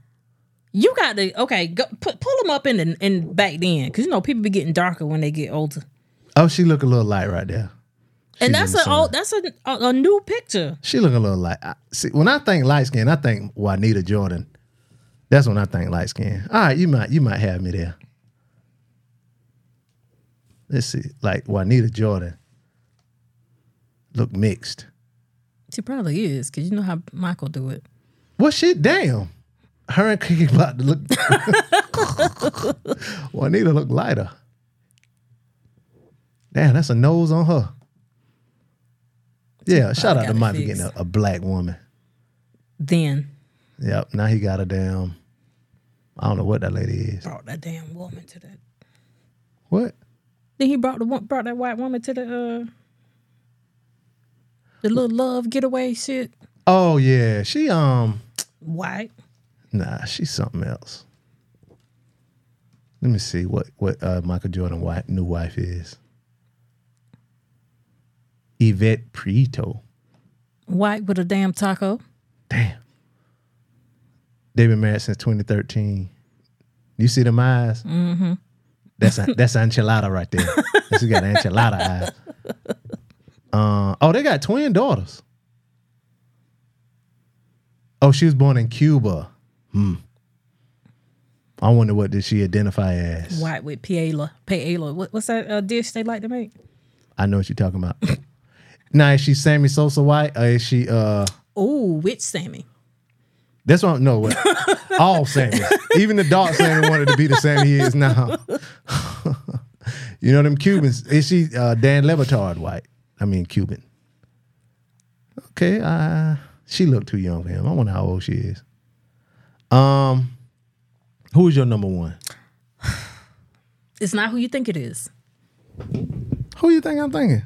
E: You got to okay. Go, put, pull them up in the in back then, because you know people be getting darker when they get older.
D: Oh, she look a little light right there.
E: And
D: She's
E: that's
D: in
E: a
D: the
E: old. That's a, a a new picture.
D: She look a little light. I- see, when I think light skin, I think Juanita Jordan. That's when I think light skin. All right, you might you might have me there. Let's see, like Juanita Jordan. Look mixed.
E: She probably is, because you know how Michael do it.
D: Well, shit, damn. Her and Kiki about to look. Juanita look lighter. Damn, that's a nose on her. Yeah, shout out
E: got
D: to
E: it
D: Mike for
E: fixed.
D: getting a, a black woman.
E: Then
D: Yep, now he got a damn. I don't know what that lady is.
E: brought that damn woman to that.
D: What?
E: Then he brought the wo- brought that white woman to the uh the little love getaway shit.
D: Oh yeah, she um.
E: White.
D: Nah, she's something else. Let me see what what uh, Michael Jordan' wife, new wife is. Yvette Prieto.
E: White with a damn taco.
D: Damn. They've been married since 2013. You see them eyes? Mm-hmm. That's a, that's an enchilada right there. she got an enchilada eyes. Uh, oh, they got twin daughters. Oh, she was born in Cuba. Hmm. I wonder what did she identify as.
E: White with paella. Paella. What, what's that uh, dish they like to make?
D: I know what you're talking about. [coughs] now is she Sammy Sosa White or is she uh
E: Oh, which Sammy?
D: That's what no what, all Sammy. Even the dark Sammy wanted to be the Sammy he is now. [laughs] you know them Cubans. Is she uh, Dan Levitard white? I mean Cuban. Okay, uh, she looked too young for him. I wonder how old she is. Um, who is your number one?
E: It's not who you think it is.
D: Who you think I'm thinking?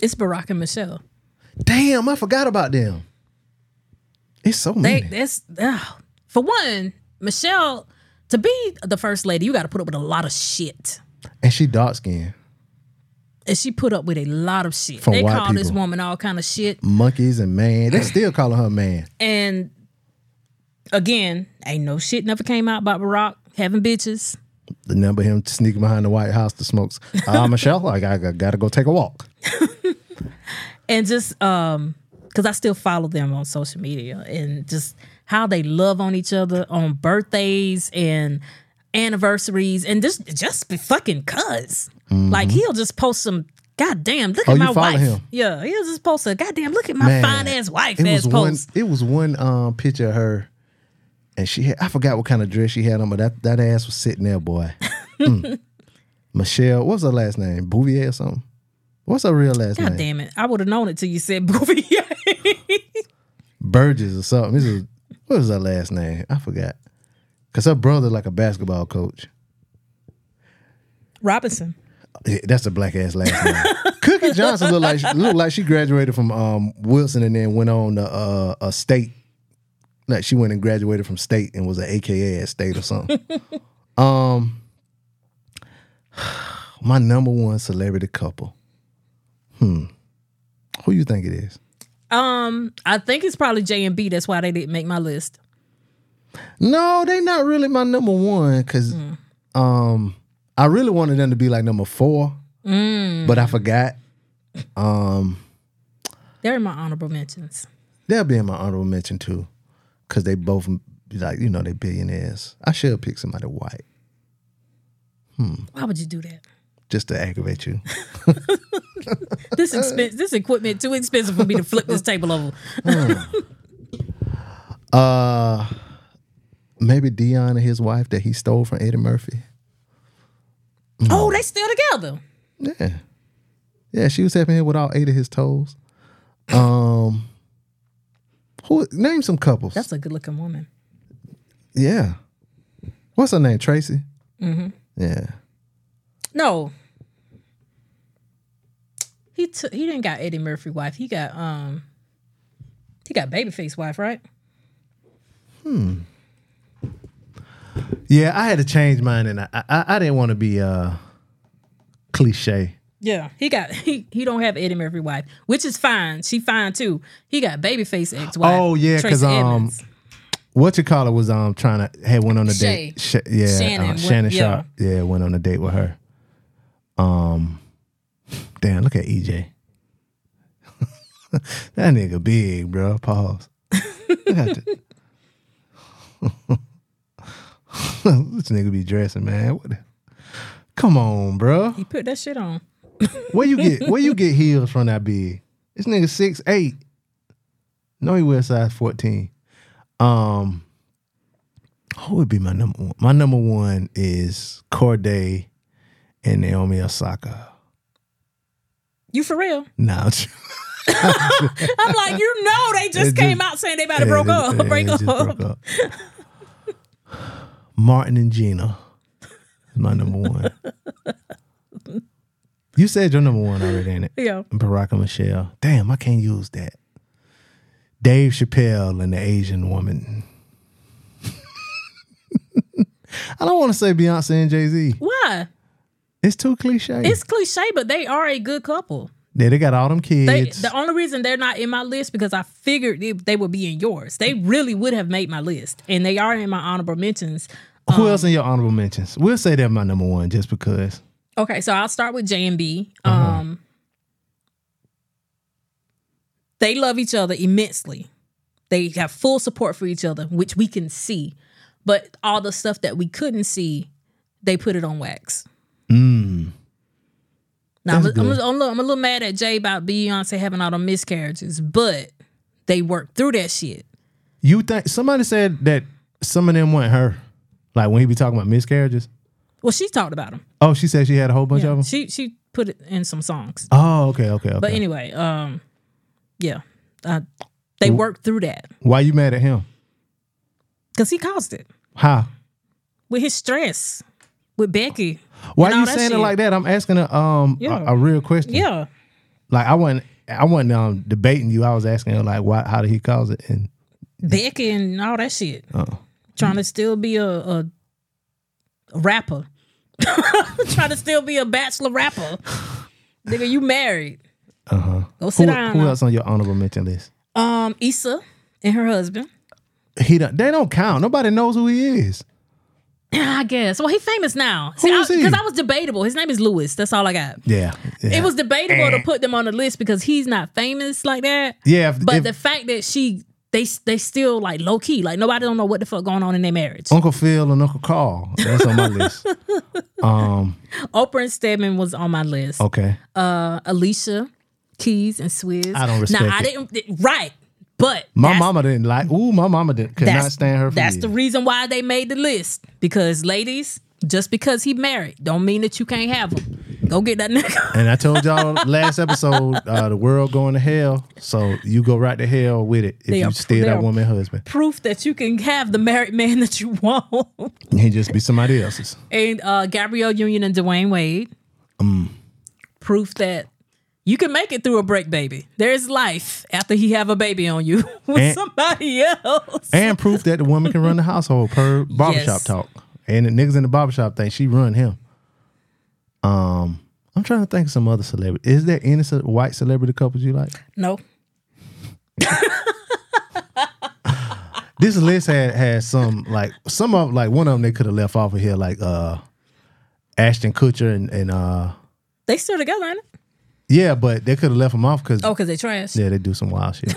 E: It's Barack and Michelle.
D: Damn, I forgot about them. It's so
E: They
D: many.
E: that's ugh. for one, Michelle to be the first lady, you got to put up with a lot of shit.
D: and she dark skinned.
E: And she put up with a lot of shit.
D: From
E: they
D: white
E: call this
D: people.
E: woman all kind of shit.
D: Monkeys and man. They still calling her man.
E: And again, ain't no shit never came out about Barack having bitches.
D: The number him sneaking behind the White House to smoke. Uh, Michelle, I got, got to go take a walk.
E: and just um because i still follow them on social media and just how they love on each other on birthdays and anniversaries and just just be fucking because like he'll just post some goddamn look
D: Mm-hmm. Oh,
E: at
D: you
E: my
D: follow
E: wife
D: him?
E: yeah he'll just post a goddamn look at my
D: Man,
E: fine ass wife
D: It
E: ass
D: was one.
E: post
D: It was one um, picture of her, and she had, I forgot what kind of dress she had on, but that, that ass was sitting there,
E: [laughs]
D: boy. Mm. Michelle, what's her last name? Bouvier or something? What's her real last
E: god
D: name?
E: damn it i would have known it till you said [laughs] bouvier
D: Burgess or something. This is what was her last name? I forgot. Cause her brother like a basketball coach.
E: robinson
D: Yeah, That's a black ass last name. [laughs] Cookie Johnson looked like she, looked like she graduated from um, Wilson and then went on to uh, a state. Like she went and graduated from state and was an AKA at state or something. um, [sighs] my number one celebrity couple. Hmm, who you think it is?
E: um i think it's probably j and b that's why they didn't make my list
D: No, they not really my number one because um I really wanted them to be like number four, but I forgot. Um,
E: they're in my honorable mentions
D: they'll be in my honorable mention too, because they both like you know they billionaires. I should pick somebody white
E: why would you do that
D: just to aggravate you.
E: this expense, this equipment too expensive for me to flip this table over.
D: Uh, maybe Dion and his wife that he stole from Eddie Murphy.
E: Oh, they still together.
D: Yeah, yeah, she was helping him with all eight of his toes. Um, who name some couples?
E: That's a good looking woman.
D: Yeah. What's her name? Tracy. Mm-hmm. Yeah.
E: No, he took he didn't got Eddie Murphy wife. He got um he got babyface wife, right?
D: Yeah, I had to change mine, and I I, I didn't want to be uh cliche.
E: Yeah, he got [laughs] he he don't have Eddie Murphy wife, which is fine. She fine too. He got babyface ex wife.
D: Oh, yeah, 'cause, um, What you call it was um trying to had went on a
E: Shay.
D: date. Sh- yeah,
E: Shannon
D: Shannon,
E: went-
D: Shannon
E: yeah.
D: Sharp. Yeah, went on a date with her. Um, damn, look at EJ. [laughs] that nigga big, bro. Pause. Look at that. [laughs] this nigga be dressing, man. What? The- Come on, bro.
E: he put that shit on.
D: Where you
E: [laughs]
D: get where you get heels from that big? This nigga six eight. No, he wears size fourteen. Um, who would be my number one? My number one is Corday and Naomi Osaka.
E: You for real?
D: Now,
E: [laughs] I'm like, you know, they just
D: It
E: came
D: just-
E: out saying they about to broke up, break up.
D: Martin and Gina is my number one.
E: [laughs]
D: you said your number one already, ain't it?
E: [laughs] Yeah,
D: Barack and Michelle. Damn, I can't use that. Dave Chappelle and the Asian woman. [laughs] I don't want to say Beyonce and Jay Z.
E: why?
D: It's too cliche.
E: It's cliche, but they are a good couple.
D: yeah, they got all them
E: They,
D: kids.
E: the only reason they're not in my list because I figured they, they would be in yours. They really would have made my list, and they are in my honorable mentions.
D: Who else in your honorable mentions? We'll say they're my number one just because.
E: Okay, so I'll start with J and B.
D: Uh-huh.
E: Um, they love each other immensely. They have full support for each other, which we can see. But all the stuff that we couldn't see, they put it on wax. Now I'm,
D: Mm. That's
E: I'm, I'm,
D: good.
E: a little, I'm a little mad at Jay about Beyonce having all the miscarriages, but they worked through that shit.
D: You think somebody said that some of them want her, like when he be talking about miscarriages.
E: Well, she talked about them.
D: Oh, she said she had a whole bunch of them.
E: She she put it in some songs.
D: oh, okay, okay, okay.
E: But anyway, um, yeah, uh, they worked through that
D: Why you mad at him?
E: because he caused it
D: How?
E: with his stress, with Becky.
D: Why
E: and
D: you
E: all that
D: saying it
E: shit.
D: like that? I'm asking a um a-
E: Yeah.
D: a, real question.
E: Yeah.
D: Like I wasn't I wasn't um debating you. I was asking her like why how did he cause it and
E: Becky and all that shit. Trying to still be a, a rapper. [laughs] Trying to still be a bachelor rapper. Nigga, you married. Uh huh. Go sit
D: Uh-huh. who,
E: down.
D: who
E: now.
D: else on your honorable mention list?
E: Um, Issa and her husband.
D: He don't, they don't count. Nobody knows who he is.
E: I guess. Well, he's famous now.
D: is he?
E: Because I, was debatable. His name is Lewis. That's all I got.
D: Yeah. yeah.
E: It was debatable to put them on the list because he's not famous like that.
D: Yeah, if-
E: but
D: if-
E: the fact that she, they, they still like low key. Like nobody don't know what the fuck going on in their marriage.
D: Uncle Phil and Uncle Carl. That's on my
E: [laughs]
D: list.
E: Oprah and Stedman was on my list.
D: Okay.
E: Uh, Alicia Keys and Swizz.
D: I don't respect
E: Now I
D: it.
E: didn't th- right, but
D: My
E: that's-
D: mama didn't like. Ooh, my mama didn't could not stand her. For
E: that's the
D: years.
E: reason why they made the list because ladies, just because he married, don't mean that you can't have him. Go get that [laughs] nigga.
D: and I told y'all [laughs] last episode, uh, the world going to hell. So you go right to hell with it if
E: They
D: you
E: are-
D: steal
E: they
D: that
E: are-
D: woman husband.
E: Proof that you can have the married man that you want.
D: He just be somebody else's.
E: and uh, Gabrielle Union and Dwayne Wade.
D: Mm.
E: Proof that you can make it through a break baby. There is life after he have a baby on you [laughs] with
D: And-
E: somebody else.
D: and proof that the woman can run the household per barbershop
E: [laughs] Yes.
D: talk. And the niggas in the barbershop think she run him. Um, I'm trying to think of some other celebrity. Is there any ce- white celebrity couples you like?
E: no.
D: This list had had some like some of like one of them they could have left off of here like uh Ashton Kutcher and and uh
E: They still together, ain't it?
D: yeah, but they could have left them off because
E: Oh, because they trash.
D: yeah they do some wild shit.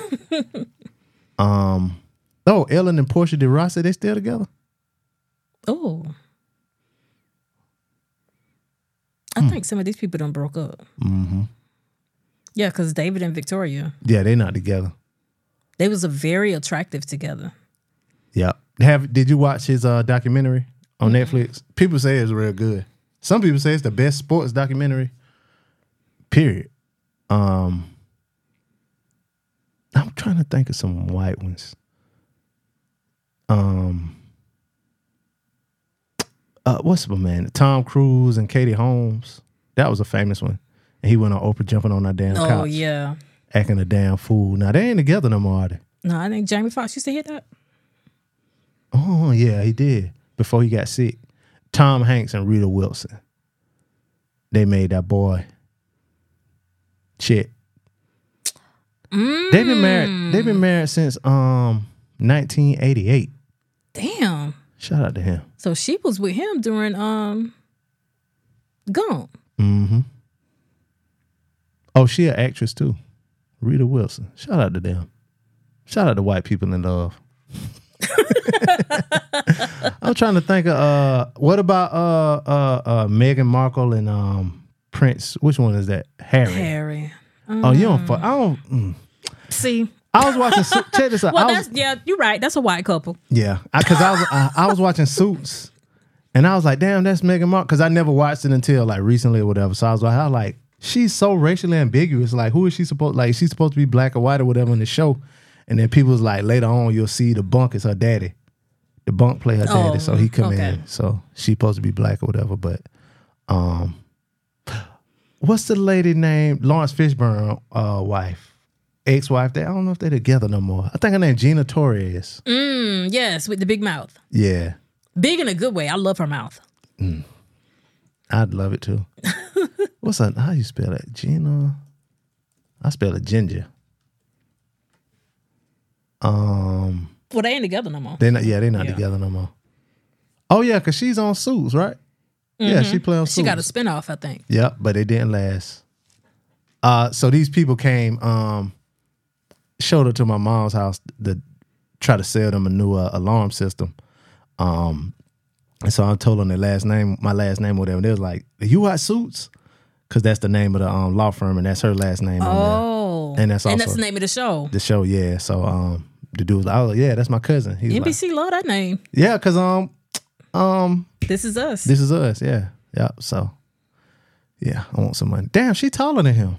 D: um, oh Ellen and Portia de Rossi they still together?
E: Oh. I
D: Hmm.
E: think some of these people done broke up. Mm-hmm. Yeah, because David and Victoria,
D: Yeah, they not together.
E: they was a very attractive together.
D: Yeah. Have did you watch his uh, documentary on Netflix? People say it's real good. Some people say it's the best sports documentary. Period. Um I'm trying to think of some white ones. Um uh, what's my man? Tom Cruise and Katie Holmes. That was a famous one. And he went on Oprah jumping on that damn
E: Oh
D: couch,
E: yeah.
D: acting a damn fool. Now they ain't together no more, are they?
E: No, I think Jamie Foxx used to hear that.
D: Oh yeah, he did before he got sick. Tom Hanks and Rita Wilson. They made that boy. Shit. They've been married. They've been married since um 1988.
E: Damn.
D: Shout out to him.
E: So she was with him during um Gump.
D: Oh, she an actress too. Rita Wilson. Shout out to them. Shout out to white people in love. [laughs] I'm trying to think of uh what about uh uh uh Meghan Markle and um Prince which one is that? Harry.
E: Harry.
D: Oh, you don't fuck. I don't. mm.
E: See.
D: I was watching. Su- check this out.
E: Well,
D: I was,
E: that's yeah, you're right. That's a white couple.
D: yeah, because I, was I, I was watching Suits, and I was like, damn, that's Megan Mark. Because I never watched it until like recently or whatever. So I was like, I was like, she's so racially ambiguous. Like, who is she supposed? Like, she's supposed to be black or white or whatever in the show. And then people was like, later on, you'll see the bunk is her daddy. The bunk play her daddy,
E: Oh,
D: so he come
E: okay.
D: in. So she supposed to be black or whatever. But, um, what's the lady named Lawrence Fishburne uh, wife, ex wife? They I don't know if they're together no more. I think her name Gina Torres.
E: Mm, yes, with the big mouth.
D: Yeah,
E: Big in a good way. I love her mouth.
D: I'd love it
E: [laughs]
D: too. What's that? How you spell it? Gina. I spell it ginger. Um,
E: Well, they ain't together no more.
D: they not. Yeah, they not
E: Yeah.
D: together no more. Oh yeah, cause she's on Suits, right? Yeah, she play on Suits.
E: Mm-hmm. She got a spinoff, I think.
D: Yep, but it didn't last. Uh, so these people came, um, showed her to my mom's house to try to sell them a new uh, alarm system. Um, and so I told them their last name, my last name, whatever. They was like, "You got suits?" Because that's the name of the um, law firm, and that's her last name. on
E: Oh.
D: And that's
E: and
D: also-
E: that's the name of the show.
D: the, the show, yeah. So um, the dude was like, "Oh yeah, that's my cousin." He was like,
E: NBC love that name.
D: "Yeah, cause um,
E: This is us.
D: this is us." Yeah, yeah. So yeah, I want some money. Damn, she taller than him.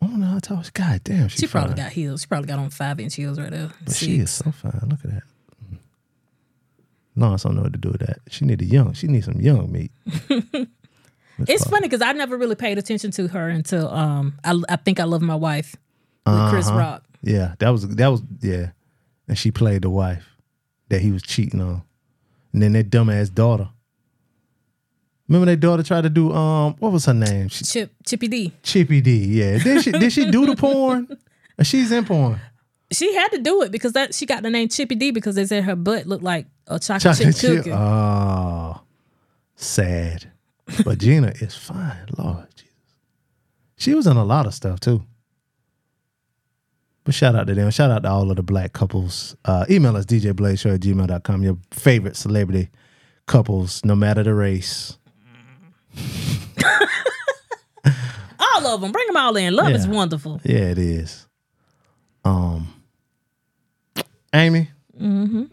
D: I don't know how tall she. God damn, she,
E: she probably
D: fine.
E: got heels. She probably got on five inch heels right there.
D: But she is Mm. so fine. Look at that. Lawrence don't know what to do with that. She need a young. She needs some young meat.
E: It's funny because I never really paid attention to her until um I, I think I love my wife with Chris
D: Uh-huh.
E: Rock.
D: Yeah, that was that was yeah, and she played the wife that he was cheating on, and then that dumbass daughter. Remember that daughter tried to do um what was her name? She,
E: Chip Chippy D.
D: Chippy D. Yeah, did she did she do the porn?
E: [laughs]
D: Or She's in porn.
E: She had to do it because that she got the name Chippy D because they said her butt looked like a chocolate,
D: Chocolate
E: chip
D: chip.
E: cookie.
D: Oh, sad. But Gina is fine. Lord Jesus, she was in a lot of stuff too. But shout out to them. Shout out to all of the black couples. Uh, email us djbladeshow at gmail.com. Your favorite celebrity couples, no matter the race.
E: all of them. Bring them all in. Love is
D: Yeah.
E: wonderful.
D: Yeah, it is. Um, Amy, mm-hmm.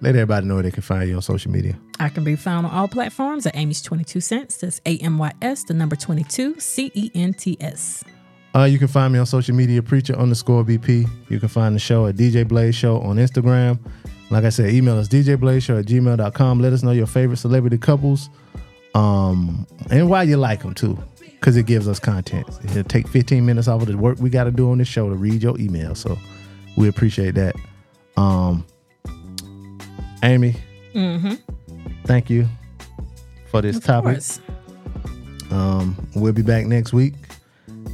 D: let everybody know where they can find you on social media.
E: I can be found on all platforms at Amy's 22 Cents. That's A M Y S, the number 22, C E N T S.
D: Uh, you can find me on social media, preacher underscore BP. You can find the show at DJ Blaze Show on Instagram. Like I said, email us djblazeshow at gmail.com. Let us know your favorite celebrity couples um, and why you like them too, because it gives us content. It'll take 15 minutes off of the work we got to do on this show to read your email. So we appreciate that. Um, Amy, thank you for this
E: Mm-hmm. Of
D: topic.
E: course.
D: Um, we'll be back next week.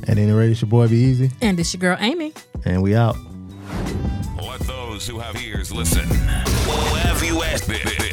D: At any rate, it's your boy Be Easy,
E: And it's your girl, Amy.
D: and we out.
B: Let those who have ears listen. Whoever you ask this.